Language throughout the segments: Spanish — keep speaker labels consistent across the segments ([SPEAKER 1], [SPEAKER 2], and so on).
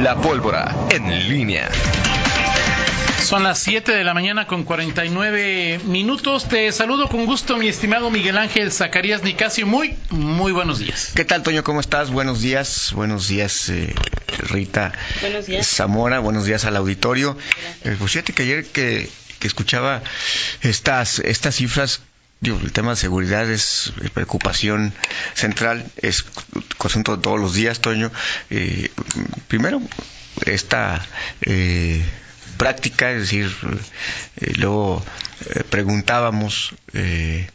[SPEAKER 1] La pólvora en línea.
[SPEAKER 2] Son las 7 de la mañana con 49 minutos. Te saludo con gusto, mi estimado Miguel Ángel Zacarías Nicasio. Muy, muy buenos días.
[SPEAKER 3] ¿Qué tal, Toño? ¿Cómo estás? Buenos días. Buenos días, eh, Rita
[SPEAKER 4] Buenos días.
[SPEAKER 3] Eh, Zamora. Buenos días al auditorio. Eh, pues fíjate que ayer que, que escuchaba estas, estas cifras, digo, el tema de seguridad es eh, preocupación central, es asunto de todos los días, Toño. Eh, primero, esta eh, práctica, es decir, eh, luego eh, preguntábamos eh,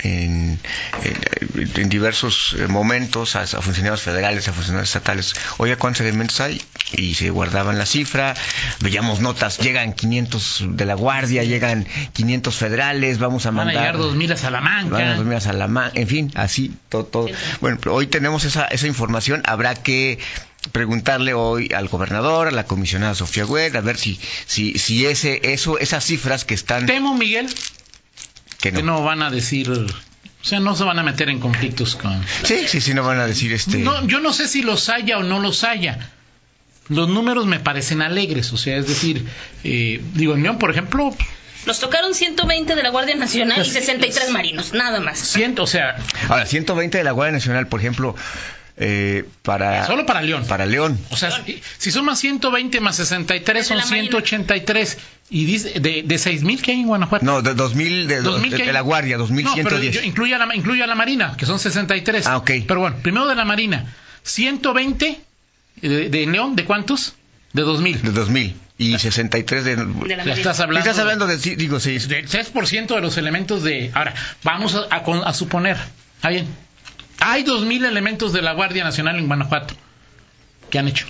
[SPEAKER 3] en, en- en diversos eh, momentos a, a funcionarios federales, a funcionarios estatales, oye, ¿cuántos elementos hay? Y se guardaban la cifra, veíamos notas, llegan 500 de la Guardia, llegan 500 federales, vamos a
[SPEAKER 2] Van a
[SPEAKER 3] mandar...
[SPEAKER 2] llegar 2000 a Salamanca.
[SPEAKER 3] Van a dormir a Salamanca, en fin, así, todo, todo. Bueno, pero hoy tenemos esa, esa información, habrá que preguntarle hoy al gobernador, a la comisionada Sofía Güell, a ver si, si, si ese, eso, esas cifras que están,
[SPEAKER 2] Temo, Miguel,
[SPEAKER 3] que
[SPEAKER 2] que
[SPEAKER 3] no.
[SPEAKER 2] no van a decir. O sea, no se van a meter en conflictos con.
[SPEAKER 3] Sí, sí, sí, no van a decir este.
[SPEAKER 2] No, yo no sé si los haya o no los haya. Los números me parecen alegres. O sea, es decir, eh, digo, en León, por ejemplo,
[SPEAKER 4] Nos tocaron 120 de la Guardia Nacional y 63 marinos, nada más.
[SPEAKER 2] siento, o sea,
[SPEAKER 3] Ahora, 120 de la Guardia Nacional, por ejemplo, eh, para.
[SPEAKER 2] solo para León.
[SPEAKER 3] Para León.
[SPEAKER 2] O sea, si- si sumas 120 más 63 son
[SPEAKER 4] De la Marina.
[SPEAKER 2] 183. Y dice, de, de 6.000 que hay en Guanajuato.
[SPEAKER 3] No, de 2000 de,
[SPEAKER 2] 2,000
[SPEAKER 3] de-
[SPEAKER 2] que
[SPEAKER 3] de
[SPEAKER 2] hay-
[SPEAKER 3] la Guardia,
[SPEAKER 2] No, pero
[SPEAKER 3] 2110.
[SPEAKER 2] yo incluyo a, la, incluyo a la Marina, que son 63.
[SPEAKER 3] Ah, ok.
[SPEAKER 2] Pero bueno, primero de la Marina. 120 de, de León, ¿de cuántos? De 2.000.
[SPEAKER 3] de 2000 y 63 de.
[SPEAKER 4] De la
[SPEAKER 2] Ya
[SPEAKER 4] Marina.
[SPEAKER 2] estás hablando.
[SPEAKER 3] Estás hablando de. sí, Digo, sí.
[SPEAKER 2] del 6% de los elementos de... Ahora, vamos a, a con- a suponer, está bien, hay 2.000 elementos de la Guardia Nacional en Guanajuato que han hecho.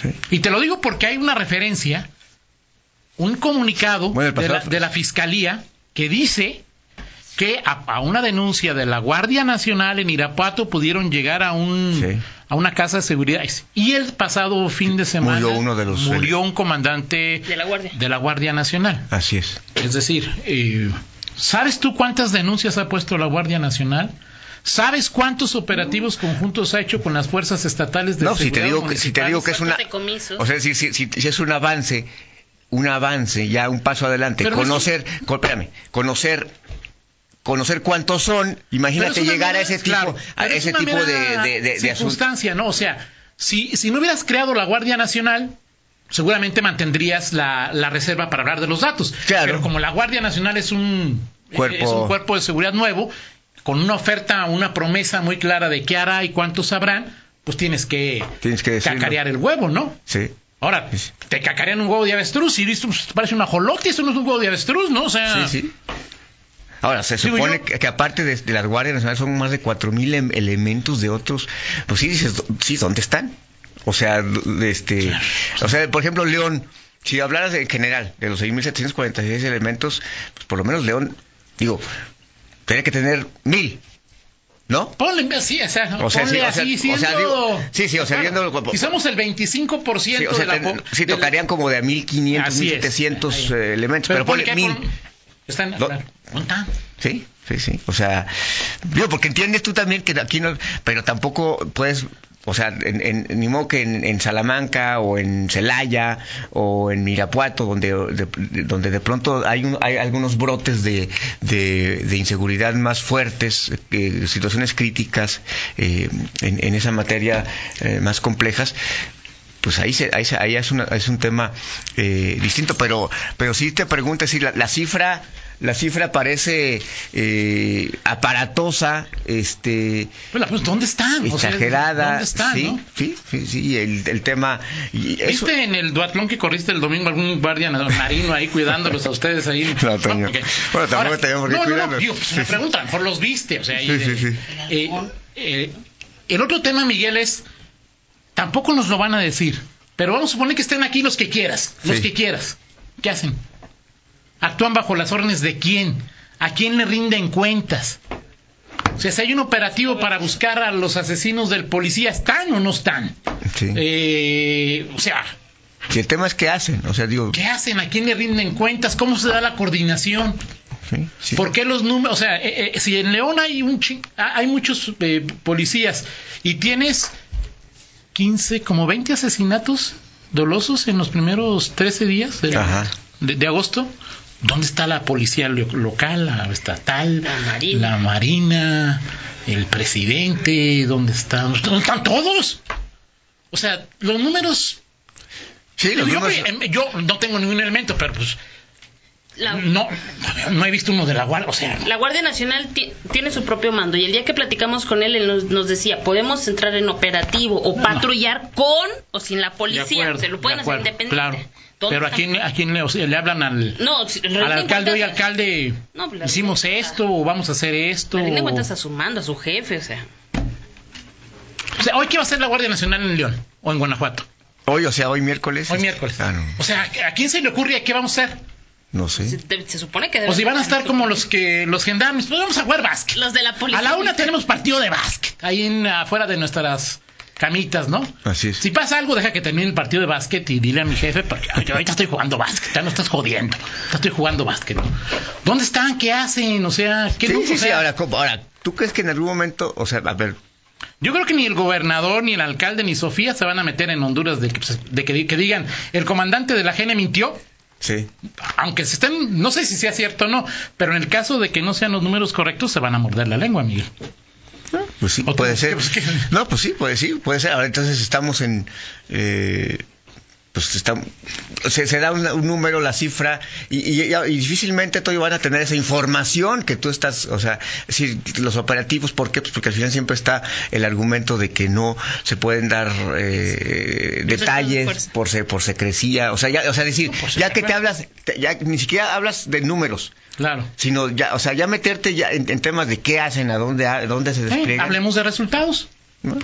[SPEAKER 3] Sí.
[SPEAKER 2] Y te lo digo porque hay una referencia, un comunicado
[SPEAKER 3] Bueno, el
[SPEAKER 2] de, la,
[SPEAKER 3] pasado- pues.
[SPEAKER 2] de la Fiscalía que dice que a, a una denuncia de la Guardia Nacional en Irapuato pudieron llegar a un...
[SPEAKER 3] Sí.
[SPEAKER 2] a una casa de seguridad. Y el pasado fin de semana
[SPEAKER 3] uno de los-
[SPEAKER 2] murió un comandante
[SPEAKER 4] De la Guardia.
[SPEAKER 2] de la Guardia Nacional.
[SPEAKER 3] Así es.
[SPEAKER 2] Es decir, eh, ¿sabes tú cuántas denuncias ha puesto la Guardia Nacional? ¿Sabes cuántos operativos conjuntos ha hecho con las fuerzas estatales de
[SPEAKER 3] No, si te
[SPEAKER 2] seguridad
[SPEAKER 3] digo que, si te
[SPEAKER 2] municipal?
[SPEAKER 3] digo que es una,
[SPEAKER 4] Decomisos.
[SPEAKER 3] o sea, si, si, si- si es un avance, un avance, ya un paso adelante,
[SPEAKER 2] Pero no es
[SPEAKER 3] conocer, co- espérame, conocer, conocer cuántos son,
[SPEAKER 2] Pero
[SPEAKER 3] imagínate
[SPEAKER 2] es una
[SPEAKER 3] llegar a
[SPEAKER 2] mera-
[SPEAKER 3] ese tipo,
[SPEAKER 2] claro,
[SPEAKER 3] a
[SPEAKER 2] pero es
[SPEAKER 3] ese
[SPEAKER 2] una
[SPEAKER 3] tipo de,
[SPEAKER 2] mera
[SPEAKER 3] de, de- de asunto.
[SPEAKER 2] circunstancia, ¿no? O sea, si, si no hubieras creado la Guardia Nacional, seguramente mantendrías la, la reserva para hablar de los datos.
[SPEAKER 3] Claro.
[SPEAKER 2] Pero como la Guardia Nacional es un
[SPEAKER 3] Cuerpo-
[SPEAKER 2] es un cuerpo de seguridad nuevo, con una oferta, una promesa muy clara de qué hará y cuántos sabrán, pues tienes que,
[SPEAKER 3] Tienes que decirlo.
[SPEAKER 2] cacarear el huevo, ¿no?
[SPEAKER 3] Sí.
[SPEAKER 2] Ahora, te cacarean un huevo de avestruz y dices, pues, parece un ajolote, eso no es un huevo de avestruz, ¿no? O sea,
[SPEAKER 3] Sí, sí. Ahora, se
[SPEAKER 2] Ah. Digo,
[SPEAKER 3] supone
[SPEAKER 2] yo-
[SPEAKER 3] que, que aparte de, de las Guardias Nacionales son más de 4.000 em- elementos de otros. Pues sí, dices, do- sí, ¿dónde están? O sea, do- este, o sea, por ejemplo, León, si hablaras en general de los 6.746 elementos, pues por lo menos León, digo, tiene que tener mil, ¿no?
[SPEAKER 2] ponle así, o sea,
[SPEAKER 3] O sea,
[SPEAKER 2] ponle
[SPEAKER 3] sí, o sea,
[SPEAKER 2] así,
[SPEAKER 3] o sea,
[SPEAKER 2] siendo-
[SPEAKER 3] digo- sí, sí, o sea,
[SPEAKER 2] Bueno,
[SPEAKER 3] viéndolo como-
[SPEAKER 2] Si somos el 25%
[SPEAKER 3] Sí, o
[SPEAKER 2] de
[SPEAKER 3] sea,
[SPEAKER 2] la...
[SPEAKER 3] ten-
[SPEAKER 2] po-
[SPEAKER 3] sí
[SPEAKER 2] de la-
[SPEAKER 3] tocarían como de a 1.500,
[SPEAKER 2] Así es.
[SPEAKER 3] 1.700
[SPEAKER 2] Ahí.
[SPEAKER 3] eh, elementos, pero,
[SPEAKER 2] ponle
[SPEAKER 3] ponle
[SPEAKER 2] que hay
[SPEAKER 3] mil.
[SPEAKER 2] por- Están...
[SPEAKER 3] Lo-
[SPEAKER 2] ¿Cuánta?
[SPEAKER 3] Sí, sí, sí. O sea, digo, porque entiendes tú también que aquí no, pero tampoco puedes, o sea, en, en, ni modo que en, en Salamanca o en Celaya o en Mirapuato, donde de, donde de pronto hay, un- hay algunos brotes de, de, de inseguridad más fuertes, eh, situaciones críticas eh, en, en esa materia eh, más complejas, pues ahí, se, ahí, se- ahí es, una- es un tema eh, distinto, pero pero si te preguntas si la, la cifra la cifra parece eh, aparatosa, este
[SPEAKER 2] Pues, la- pues, ¿dónde están? O sea,
[SPEAKER 3] exagerada,
[SPEAKER 2] ¿Dónde están,
[SPEAKER 3] sí,
[SPEAKER 2] no?
[SPEAKER 3] sí, sí, sí, y el, el tema y eso-
[SPEAKER 2] ¿Viste en el duatlón que corriste el domingo algún guardia marino ahí cuidándolos a ustedes ahí?
[SPEAKER 3] No, Toño.
[SPEAKER 2] ok.
[SPEAKER 3] Bueno, tampoco teníamos que
[SPEAKER 2] no, no, no,
[SPEAKER 3] cuidarlos.
[SPEAKER 2] digo, pues, me preguntan, por los viste. O sea, y
[SPEAKER 3] Sí,
[SPEAKER 2] de-
[SPEAKER 3] sí, sí.
[SPEAKER 2] eh, eh, el otro tema, Miguel, es, tampoco nos lo van a decir, pero vamos a suponer que estén aquí los que quieras, los
[SPEAKER 3] Sí.
[SPEAKER 2] que quieras. ¿Qué hacen? ¿Actúan bajo las órdenes de quién? ¿A quién le rinden cuentas? O sea, si hay un operativo para buscar a los asesinos del policía, ¿están o no están?
[SPEAKER 3] sí.
[SPEAKER 2] Eh, o sea,
[SPEAKER 3] Y el tema es qué hacen, o sea, digo,
[SPEAKER 2] ¿qué hacen? ¿A quién le rinden cuentas? ¿Cómo se da la coordinación?
[SPEAKER 3] sí, sí.
[SPEAKER 2] ¿Por qué los números? O sea, eh, eh, si ah, en León hay un chi- ha- hay muchos eh, policías y tienes 15, como 20 asesinatos dolosos en los primeros 13 días del-
[SPEAKER 3] Ajá.
[SPEAKER 2] de, de agosto. ¿Dónde está la policía lo- local, la estatal,
[SPEAKER 4] La Marina.
[SPEAKER 2] la Marina, el presidente? ¿Dónde están? ¿Dónde están todos? O sea, los números...
[SPEAKER 3] Sí, los
[SPEAKER 2] yo,
[SPEAKER 3] números-
[SPEAKER 2] eh, yo no tengo ningún elemento, pero pues
[SPEAKER 4] La,
[SPEAKER 2] no, no he visto uno de la guardia. O sea,
[SPEAKER 4] la Guardia Nacional ti- tiene su propio mando y el día que platicamos con él, él nos, nos decía, podemos entrar en operativo o patrullar con o sin la
[SPEAKER 2] de
[SPEAKER 4] policía.
[SPEAKER 2] acuerdo,
[SPEAKER 4] Se lo pueden
[SPEAKER 2] de
[SPEAKER 4] hacer
[SPEAKER 2] acuerdo,
[SPEAKER 4] independiente.
[SPEAKER 2] Claro.
[SPEAKER 4] ¿Dónde
[SPEAKER 2] Pero a
[SPEAKER 4] está?
[SPEAKER 2] quién, a quién le, o sea, le hablan al...
[SPEAKER 4] No, si-
[SPEAKER 2] al
[SPEAKER 4] rinden
[SPEAKER 2] alcalde, oye,
[SPEAKER 4] cuentas-
[SPEAKER 2] alcalde,
[SPEAKER 4] No, pues, la
[SPEAKER 2] hicimos
[SPEAKER 4] verdad,
[SPEAKER 2] esto o vamos a hacer esto.
[SPEAKER 4] le rinden
[SPEAKER 2] o-
[SPEAKER 4] cuentas a su mando, a su jefe, o sea.
[SPEAKER 2] O sea, hoy qué va a hacer la Guardia Nacional en León o en Guanajuato,
[SPEAKER 3] Hoy, o sea, hoy miércoles.
[SPEAKER 2] hoy miércoles.
[SPEAKER 3] Ah, no,
[SPEAKER 2] O sea, ¿a quién se le ocurre qué vamos a hacer?
[SPEAKER 3] no
[SPEAKER 4] Se,
[SPEAKER 3] sé.
[SPEAKER 4] te- se supone que...
[SPEAKER 2] O
[SPEAKER 4] deben-
[SPEAKER 2] si van a estar como los que los gendarmes, pues vamos a jugar básquet.
[SPEAKER 4] Los de la policía.
[SPEAKER 2] A la una tenemos partido de básquet ahí en, afuera de nuestras camitas, ¿no?
[SPEAKER 3] Así es.
[SPEAKER 2] Si pasa algo, deja que termine el partido de básquet y dile a mi jefe, porque yo ahorita estoy jugando básquet, ya no estás jodiendo, ya estoy jugando básquet. ¿no? ¿Dónde están? ¿Qué hacen? O sea, ¿qué
[SPEAKER 3] Sí,
[SPEAKER 2] lujo,
[SPEAKER 3] sí,
[SPEAKER 2] o
[SPEAKER 3] sí,
[SPEAKER 2] sea,
[SPEAKER 3] Ahora, ¿cómo? ahora, ¿tú crees que en algún momento, o sea, a ver,
[SPEAKER 2] Yo creo que ni el gobernador, ni el alcalde, ni Sofía se van a meter en Honduras de que, pues, de que, que digan, el comandante de la GN mintió,
[SPEAKER 3] sí.
[SPEAKER 2] aunque se estén, no sé si sea cierto o no, pero en el caso de que no sean los números correctos, se van a morder la lengua, Miguel.
[SPEAKER 3] Pues sí,
[SPEAKER 2] ¿O tú?
[SPEAKER 3] puede ser.
[SPEAKER 2] Pues, ¿qué?
[SPEAKER 3] No, pues sí, puede sí, puede ser. Ahora entonces estamos en eh, pues estamos, se, se da una- un, número, la cifra, y, y- y difícilmente todavía van a tener esa información que tú estás, o sea, es decir, los operativos, ¿por qué? Pues porque al final siempre está el argumento de que no se pueden dar
[SPEAKER 2] Pues
[SPEAKER 3] eh, detalles
[SPEAKER 4] fuerza.
[SPEAKER 3] por, se- por secrecía, o sea, ya, o sea, decir,
[SPEAKER 2] por
[SPEAKER 3] ya que te
[SPEAKER 2] secrecía.
[SPEAKER 3] hablas, te- ya ni siquiera hablas de números,
[SPEAKER 2] Claro.
[SPEAKER 3] sino ya, o sea, ya meterte ya en, en temas de qué hacen, a dónde, a dónde se
[SPEAKER 2] Eh,
[SPEAKER 3] despliegan.
[SPEAKER 2] hablemos de resultados,
[SPEAKER 3] ¿no?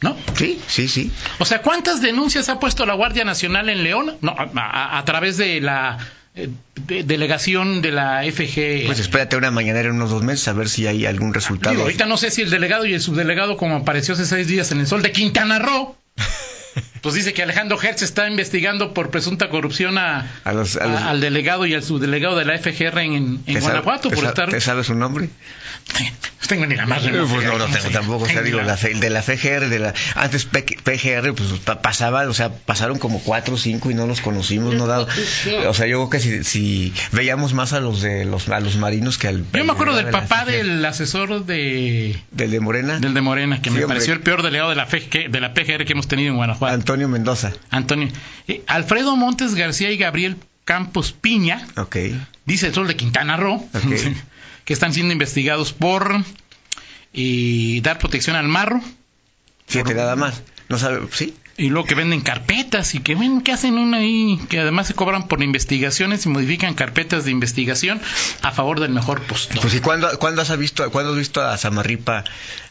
[SPEAKER 2] ¿no?
[SPEAKER 3] Sí, sí, sí.
[SPEAKER 2] O sea, ¿cuántas denuncias ha puesto la Guardia Nacional en León? No, a, a- a través de la eh, de- delegación de la FG.
[SPEAKER 3] Pues espérate una mañanera en unos dos meses a ver si hay algún resultado.
[SPEAKER 2] Digo, ahorita no sé si el delegado y el subdelegado, como apareció hace seis días en el sol de Quintana Roo, pues dice que Alejandro Hertz está investigando por presunta corrupción a,
[SPEAKER 3] A los- a los-
[SPEAKER 2] a- al delegado y al subdelegado de la FGR en, en
[SPEAKER 3] ¿Te sabe-
[SPEAKER 2] Guanajuato
[SPEAKER 3] te
[SPEAKER 2] por
[SPEAKER 3] sa-
[SPEAKER 2] estar.
[SPEAKER 3] ¿Te sabes su nombre?
[SPEAKER 2] No tengo ni la más
[SPEAKER 3] Eh,
[SPEAKER 2] remota
[SPEAKER 3] Pues
[SPEAKER 2] idea
[SPEAKER 3] no, no
[SPEAKER 2] cómo
[SPEAKER 3] tengo
[SPEAKER 2] se
[SPEAKER 3] tampoco. O sea,
[SPEAKER 2] llama.
[SPEAKER 3] digo, la, fe- de la FGR, de la, antes P- PGR, pues pa- pasaba, o sea, pasaron como cuatro o cinco y no los conocimos, no dado. O sea, yo creo que si, si veíamos más a los de los, a los marinos que al.
[SPEAKER 2] Yo me acuerdo
[SPEAKER 3] al-
[SPEAKER 2] del
[SPEAKER 3] de la
[SPEAKER 2] papá
[SPEAKER 3] FGR.
[SPEAKER 2] del asesor de
[SPEAKER 3] Del de Morena,
[SPEAKER 2] del de Morena, que
[SPEAKER 3] Sí,
[SPEAKER 2] me
[SPEAKER 3] hombre.
[SPEAKER 2] pareció el peor delegado de la, FG de la PGR que hemos tenido en Guanajuato.
[SPEAKER 3] Antonio Mendoza.
[SPEAKER 2] Antonio. Eh, Alfredo Montes García y Gabriel Campos Piña,
[SPEAKER 3] Ok.
[SPEAKER 2] dice el sol de Quintana Roo,
[SPEAKER 3] Ok.
[SPEAKER 2] que están siendo investigados por eh, dar protección al marro
[SPEAKER 3] Fíjate, nada más. No sabe, sí.
[SPEAKER 2] y luego que venden carpetas y que ven que hacen una ahí, que además se cobran por investigaciones y modifican carpetas de investigación a favor del mejor postor.
[SPEAKER 3] Pues, ¿y cuándo, cuándo has visto, cuándo has visto a Samarripa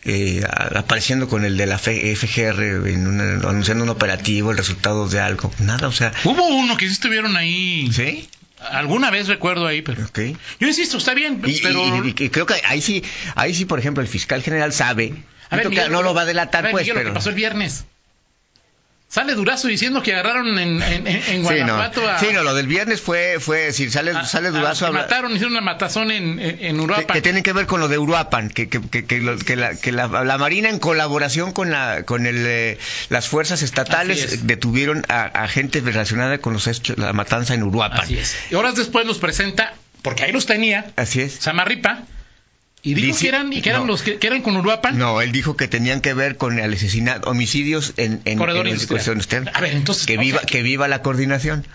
[SPEAKER 3] eh, a- apareciendo con el de la F- FGR en una- anunciando un operativo, el resultado de algo? Nada, o sea,
[SPEAKER 2] Hubo uno que sí estuvieron ahí.
[SPEAKER 3] ¿sí?
[SPEAKER 2] Alguna vez recuerdo ahí, pero.
[SPEAKER 3] Ok. Y-
[SPEAKER 2] Yo insisto, está bien,
[SPEAKER 3] Y,
[SPEAKER 2] pero.
[SPEAKER 3] y- y- y creo que ahí sí, ahí sí, por ejemplo, el fiscal general sabe.
[SPEAKER 2] A ver,
[SPEAKER 3] Creo que
[SPEAKER 2] Miguel,
[SPEAKER 3] no lo va a delatar,
[SPEAKER 2] ver,
[SPEAKER 3] pues,
[SPEAKER 2] Miguel,
[SPEAKER 3] pero-
[SPEAKER 2] lo que pasó el viernes. Sale Durazo diciendo que agarraron en, en, en- en
[SPEAKER 3] Sí, no.
[SPEAKER 2] Guanajuato a...
[SPEAKER 3] Sí, no, lo del viernes fue, fue decir, sale,
[SPEAKER 2] a-
[SPEAKER 3] sale
[SPEAKER 2] a los
[SPEAKER 3] Durazo
[SPEAKER 2] que
[SPEAKER 3] a hablar-
[SPEAKER 2] mataron, hicieron una matazón en, en, en
[SPEAKER 3] que,
[SPEAKER 2] Uruapan.
[SPEAKER 3] que tienen que ver con lo de Uruapan, que, que, que, que lo- que la, que la- la Marina en colaboración con la con el, eh, las fuerzas estatales
[SPEAKER 2] Así es.
[SPEAKER 3] eh, detuvieron a, a gente relacionada con los hechos, la matanza en Uruapan.
[SPEAKER 2] Así es. Y horas después los presenta, porque ahí los tenía,
[SPEAKER 3] Así es.
[SPEAKER 2] Samarripa, y dijo
[SPEAKER 3] Dice-
[SPEAKER 2] que eran, y que eran
[SPEAKER 3] no.
[SPEAKER 2] los que, que eran con Uruapan.
[SPEAKER 3] No, él dijo que tenían que ver con el asesinato, homicidios en, en,
[SPEAKER 2] Corredor
[SPEAKER 3] en el
[SPEAKER 2] industrial.
[SPEAKER 3] corredor industrial.
[SPEAKER 2] A ver, entonces,
[SPEAKER 3] que
[SPEAKER 2] o
[SPEAKER 3] viva
[SPEAKER 2] sea-
[SPEAKER 3] que viva la coordinación.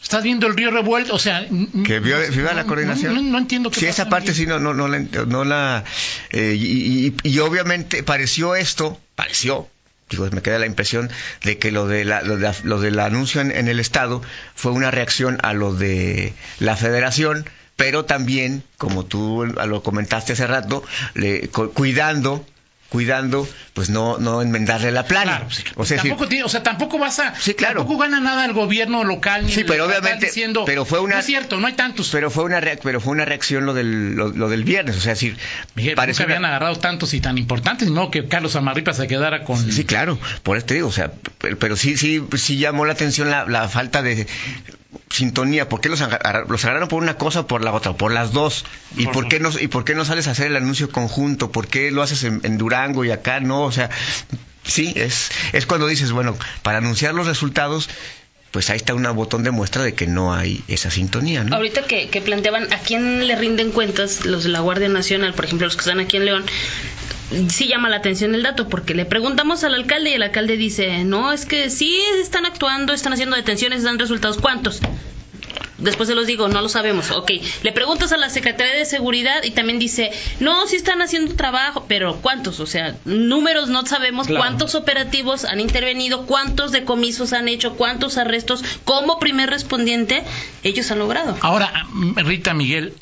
[SPEAKER 2] Estás viendo el río revuelto, o sea...
[SPEAKER 3] Que viva, viva
[SPEAKER 2] no-
[SPEAKER 3] la coordinación.
[SPEAKER 2] No, no entiendo qué
[SPEAKER 3] Sí,
[SPEAKER 2] pasa,
[SPEAKER 3] esa parte
[SPEAKER 2] Miguel.
[SPEAKER 3] sí, no, no, no la. ent- no la, eh, y, y- y obviamente pareció esto, pareció, digo, me queda la impresión de que lo, de la, lo, de la- lo del anuncio en, en el Estado fue una reacción a lo de la Federación, pero también, como tú lo comentaste hace rato, le- cu- cuidando cuidando, pues no no enmendarle la plana.
[SPEAKER 2] Claro, sí.
[SPEAKER 3] o sea, es decir,
[SPEAKER 2] tampoco, tiene- o sea, tampoco vas a.
[SPEAKER 3] Sí, claro.
[SPEAKER 2] Tampoco gana nada el gobierno local. Ni
[SPEAKER 3] Sí,
[SPEAKER 2] el
[SPEAKER 3] pero
[SPEAKER 2] estatal
[SPEAKER 3] obviamente-
[SPEAKER 2] diciendo,
[SPEAKER 3] pero fue una-
[SPEAKER 2] No es cierto, no hay tantos.
[SPEAKER 3] pero fue una reac- pero fue una reacción lo del lo, lo del viernes, o sea, es decir,
[SPEAKER 2] Miguel,
[SPEAKER 3] parece
[SPEAKER 2] nunca
[SPEAKER 3] una-
[SPEAKER 2] habían agarrado tantos y tan importantes, no que Carlos Amarripa se quedara con.
[SPEAKER 3] Sí, claro, por eso te digo, o sea, pero, pero sí, sí, sí llamó la atención la, la falta de sintonía. ¿Por qué los, agarra- los agarraron por una cosa o por la otra, por las dos? ¿Y por,
[SPEAKER 2] Por
[SPEAKER 3] qué no y por qué no sales a hacer el anuncio conjunto? ¿Por qué lo haces en, en Durango y acá no? O sea, sí, es, es cuando dices, bueno, para anunciar los resultados, pues ahí está un botón de muestra de que no hay esa sintonía, ¿no?
[SPEAKER 4] Ahorita que, que planteaban a quién le rinden cuentas los de la Guardia Nacional, por ejemplo, los que están aquí en León, sí llama la atención el dato, porque le preguntamos al alcalde y el alcalde dice, no, es que sí están actuando, están haciendo detenciones, dan resultados, ¿cuántos? Después se los digo, no lo sabemos. Ok, le preguntas a la Secretaría de Seguridad y también dice, no, sí están haciendo trabajo, pero ¿cuántos? O sea, números no sabemos,
[SPEAKER 2] Claro.
[SPEAKER 4] cuántos operativos han intervenido, cuántos decomisos han hecho, cuántos arrestos, como primer respondiente ellos han logrado.
[SPEAKER 2] Ahora, mm, Rita Miguel,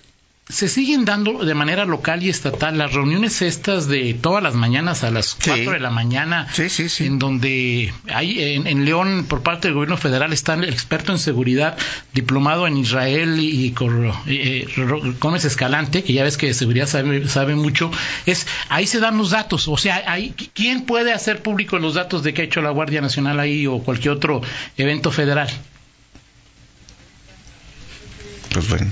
[SPEAKER 2] ¿se siguen dando de manera local y estatal las reuniones estas de todas las mañanas a las
[SPEAKER 3] Sí.
[SPEAKER 2] 4 de la mañana?
[SPEAKER 3] Sí, sí, sí.
[SPEAKER 2] En donde hay, en, en León, por parte del gobierno federal, está el experto en seguridad, diplomado en Israel y con eh, Ro- Gómez Escalante, que ya ves que de seguridad sabe, sabe mucho. Es, ahí se dan los datos. O sea, ahí, ¿quién puede hacer público los datos de que ha hecho la Guardia Nacional ahí o cualquier otro evento federal?
[SPEAKER 3] Pues bueno.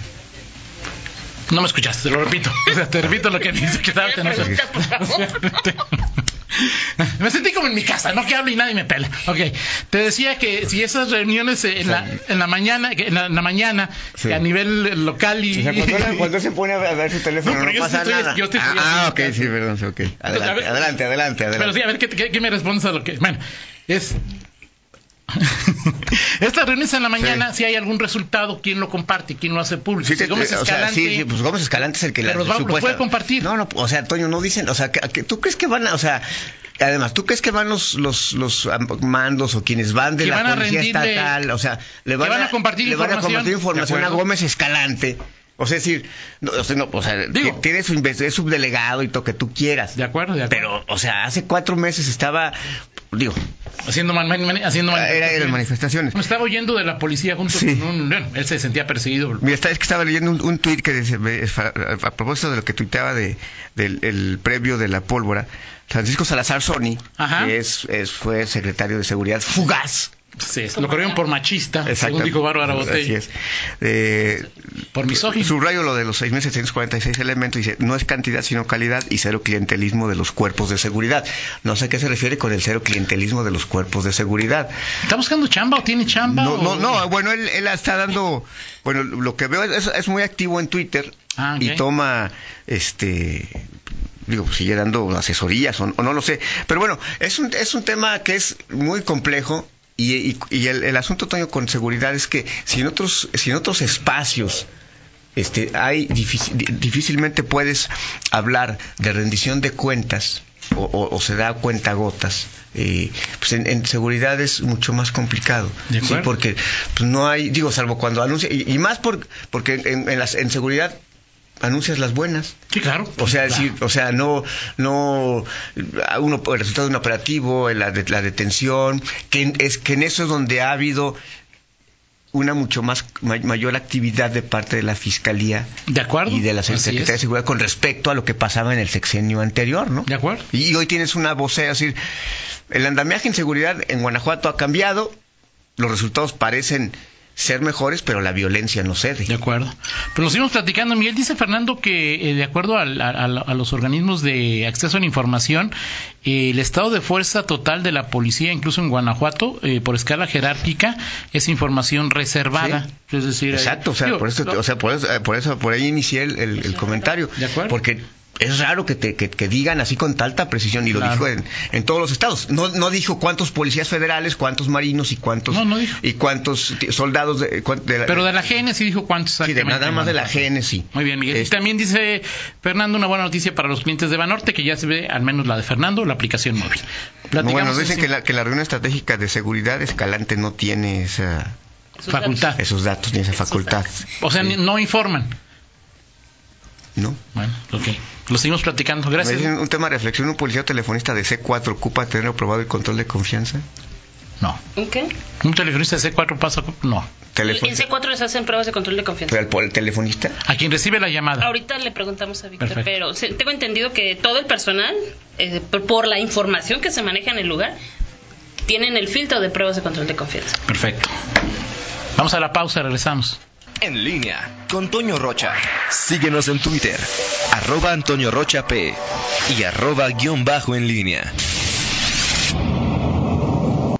[SPEAKER 2] No me escuchaste, te lo repito. O sea, te repito lo que dice que estaba teniendo-
[SPEAKER 4] Pregunta, por favor.
[SPEAKER 2] Me sentí como en mi casa, no que hablo y nadie me pela. Ok, te decía que si esas reuniones eh, en, la, en la mañana, que en la, en la mañana,
[SPEAKER 3] Sí.
[SPEAKER 2] que a nivel eh, local y...
[SPEAKER 3] O sea, cuando, él- cuando él se pone a ver a ver su teléfono,
[SPEAKER 2] No,
[SPEAKER 3] no,
[SPEAKER 2] pero yo
[SPEAKER 3] pasa
[SPEAKER 2] sí estoy-
[SPEAKER 3] nada.
[SPEAKER 2] yo estoy-
[SPEAKER 3] ah,
[SPEAKER 2] yo estoy-
[SPEAKER 3] ah, ok, sí, perdón, sí, ok.
[SPEAKER 2] a
[SPEAKER 3] Adelante,
[SPEAKER 2] ver-
[SPEAKER 3] adelante, adelante.
[SPEAKER 2] Pero sí,
[SPEAKER 3] adelante.
[SPEAKER 2] a ver, ¿qué, qué, qué me respondes a lo que...? Bueno, es... Estas reuniones en la mañana, si hay algún resultado, ¿quién lo comparte? ¿Quién lo hace público?
[SPEAKER 3] Sí,
[SPEAKER 2] Si
[SPEAKER 3] te-
[SPEAKER 2] Gómez
[SPEAKER 3] te- o sea, sí,
[SPEAKER 2] Escalante-
[SPEAKER 3] sí, pues Gómez Escalante es el que
[SPEAKER 2] Pero los va- los
[SPEAKER 3] supuesta-
[SPEAKER 2] puede compartir.
[SPEAKER 3] No, no, o sea, Toño, no dicen, o sea, que- que- ¿tú crees que van a, o sea, además, ¿tú crees que van los, los, los am- mandos o quienes van de
[SPEAKER 2] Que
[SPEAKER 3] la
[SPEAKER 2] van a
[SPEAKER 3] policía
[SPEAKER 2] rendirle-
[SPEAKER 3] estatal, o sea, le van,
[SPEAKER 2] van a compartir
[SPEAKER 3] le van a
[SPEAKER 2] información?
[SPEAKER 3] compartir información
[SPEAKER 2] De
[SPEAKER 3] a
[SPEAKER 2] acuerdo.
[SPEAKER 3] Gómez Escalante? O sea, es decir, no, o sea, no, o sea,
[SPEAKER 2] Digo.
[SPEAKER 3] que tiene su inves- es subdelegado y todo que tú quieras.
[SPEAKER 2] De acuerdo, de acuerdo.
[SPEAKER 3] Pero, o sea, hace cuatro meses estaba, digo,
[SPEAKER 2] haciendo man- man- man- haciendo
[SPEAKER 3] era de las
[SPEAKER 2] manifestaciones.
[SPEAKER 3] manifestaciones.
[SPEAKER 2] Me estaba huyendo de la policía junto
[SPEAKER 3] Sí.
[SPEAKER 2] con un... Bueno, él se sentía perseguido.
[SPEAKER 3] Mira, está- es que estaba leyendo un, un tuit que dice, ve, es fa- a, a propósito de lo que tuiteaba de, del el previo de la pólvora, Francisco Salazar Soni,
[SPEAKER 2] Ajá.
[SPEAKER 3] que es, es- fue secretario de seguridad fugaz.
[SPEAKER 2] Sí, es- lo corrieron por machista, según
[SPEAKER 3] Exacto.
[SPEAKER 2] dijo Bárbara
[SPEAKER 3] Así
[SPEAKER 2] Botella,
[SPEAKER 3] es. Eh,
[SPEAKER 2] por misógino.
[SPEAKER 3] subrayo lo de los 6.746 elementos, dice, no es cantidad sino calidad y cero clientelismo de los cuerpos de seguridad. No sé a qué se refiere con el cero clientelismo de los cuerpos de seguridad.
[SPEAKER 2] ¿Está buscando chamba o tiene chamba?
[SPEAKER 3] No,
[SPEAKER 2] o-
[SPEAKER 3] no, no, bueno, él, él está dando, bueno, lo que veo es, es muy activo en Twitter
[SPEAKER 2] Ah, ok.
[SPEAKER 3] y toma, este, digo, pues, sigue dando asesorías o, o no lo sé, pero bueno, es un, es un tema que es muy complejo y, y- y el, el asunto, Toño, con seguridad es que si en otros, si en otros espacios este, hay difícil- di- difícilmente puedes hablar de rendición de cuentas o, o- o se da cuenta gotas. pues en, en seguridad es mucho más complicado.
[SPEAKER 2] De
[SPEAKER 3] Sí,
[SPEAKER 2] acuerdo.
[SPEAKER 3] porque pues, no hay, digo, salvo cuando anuncia, y, y más por, porque en, en las, en seguridad anuncias las buenas.
[SPEAKER 2] Sí, claro. Ah,
[SPEAKER 3] O sea,
[SPEAKER 2] Claro.
[SPEAKER 3] decir, o sea, no, no, a uno, el resultado de un operativo, la, de- la detención, que en- es que en eso es donde ha habido una mucho más ma- mayor actividad de parte de la fiscalía
[SPEAKER 2] De acuerdo.
[SPEAKER 3] y de la
[SPEAKER 2] Así
[SPEAKER 3] Secretaría
[SPEAKER 2] es.
[SPEAKER 3] de Seguridad con respecto a lo que pasaba en el sexenio anterior, ¿no?
[SPEAKER 2] De acuerdo.
[SPEAKER 3] Y hoy tienes una vocea, es decir, el andamiaje en seguridad en Guanajuato ha cambiado, los resultados parecen ser mejores, pero la violencia no cede.
[SPEAKER 2] De acuerdo. Pero lo seguimos platicando. Miguel dice Fernando que eh, de acuerdo al- a, a- a los organismos de acceso a la información, eh, el estado de fuerza total de la policía, incluso en Guanajuato, eh, por escala jerárquica, es información reservada. Es decir, eh,
[SPEAKER 3] Exacto, o sea,
[SPEAKER 2] digo,
[SPEAKER 3] por eso,
[SPEAKER 2] lo-
[SPEAKER 3] o sea, por eso, eh, por eso- por ahí inicié el, el- el comentario.
[SPEAKER 2] De acuerdo.
[SPEAKER 3] Porque es raro que, te, que, que digan así con tanta precisión, y lo
[SPEAKER 2] Claro.
[SPEAKER 3] dijo en, en todos los estados. No, no dijo cuántos policías federales, cuántos marinos y cuántos
[SPEAKER 2] No, no dijo.
[SPEAKER 3] y cuántos ti- soldados de, eh, cuán- de la-
[SPEAKER 2] pero de la GN sí dijo cuántos
[SPEAKER 3] sí, de
[SPEAKER 2] exactamente
[SPEAKER 3] nada
[SPEAKER 2] en
[SPEAKER 3] más de la
[SPEAKER 2] Guanajuato.
[SPEAKER 3] Génesis.
[SPEAKER 2] Muy bien, Miguel. Y
[SPEAKER 3] Este,
[SPEAKER 2] también dice Fernando una buena noticia para los clientes de Banorte, que ya se ve al menos la de Fernando, la aplicación móvil. Platicamos
[SPEAKER 3] bueno, nos dicen
[SPEAKER 2] así.
[SPEAKER 3] que la, que la reunión estratégica de seguridad Escalante no tiene esa-
[SPEAKER 2] facultad.
[SPEAKER 3] esos datos ni esa facultad,
[SPEAKER 2] O sea, ni- no informan.
[SPEAKER 3] ¿no?
[SPEAKER 2] Bueno, ok. Lo seguimos platicando.
[SPEAKER 3] Me
[SPEAKER 2] Gracias.
[SPEAKER 3] dicen un tema de reflexión, un policía o telefonista de C4 ocupa tener aprobado el control de confianza.
[SPEAKER 2] No.
[SPEAKER 4] Ok.
[SPEAKER 2] Un telefonista de C4 pasa. No.
[SPEAKER 3] Telefo-
[SPEAKER 4] En C4 les hacen pruebas de control de confianza.
[SPEAKER 3] Pero al por el telefonista.
[SPEAKER 2] A quien recibe la llamada.
[SPEAKER 4] Ahorita le preguntamos a Víctor,
[SPEAKER 2] Perfecto.
[SPEAKER 4] pero se- tengo entendido que todo el personal, eh, por, por la información que se maneja en el lugar, tienen el filtro de pruebas de control de confianza.
[SPEAKER 2] Perfecto. Vamos a la pausa, regresamos.
[SPEAKER 1] En línea con Toño Rocha. Síguenos en Twitter, arroba Antonio Rocha P y arroba guión bajo en línea.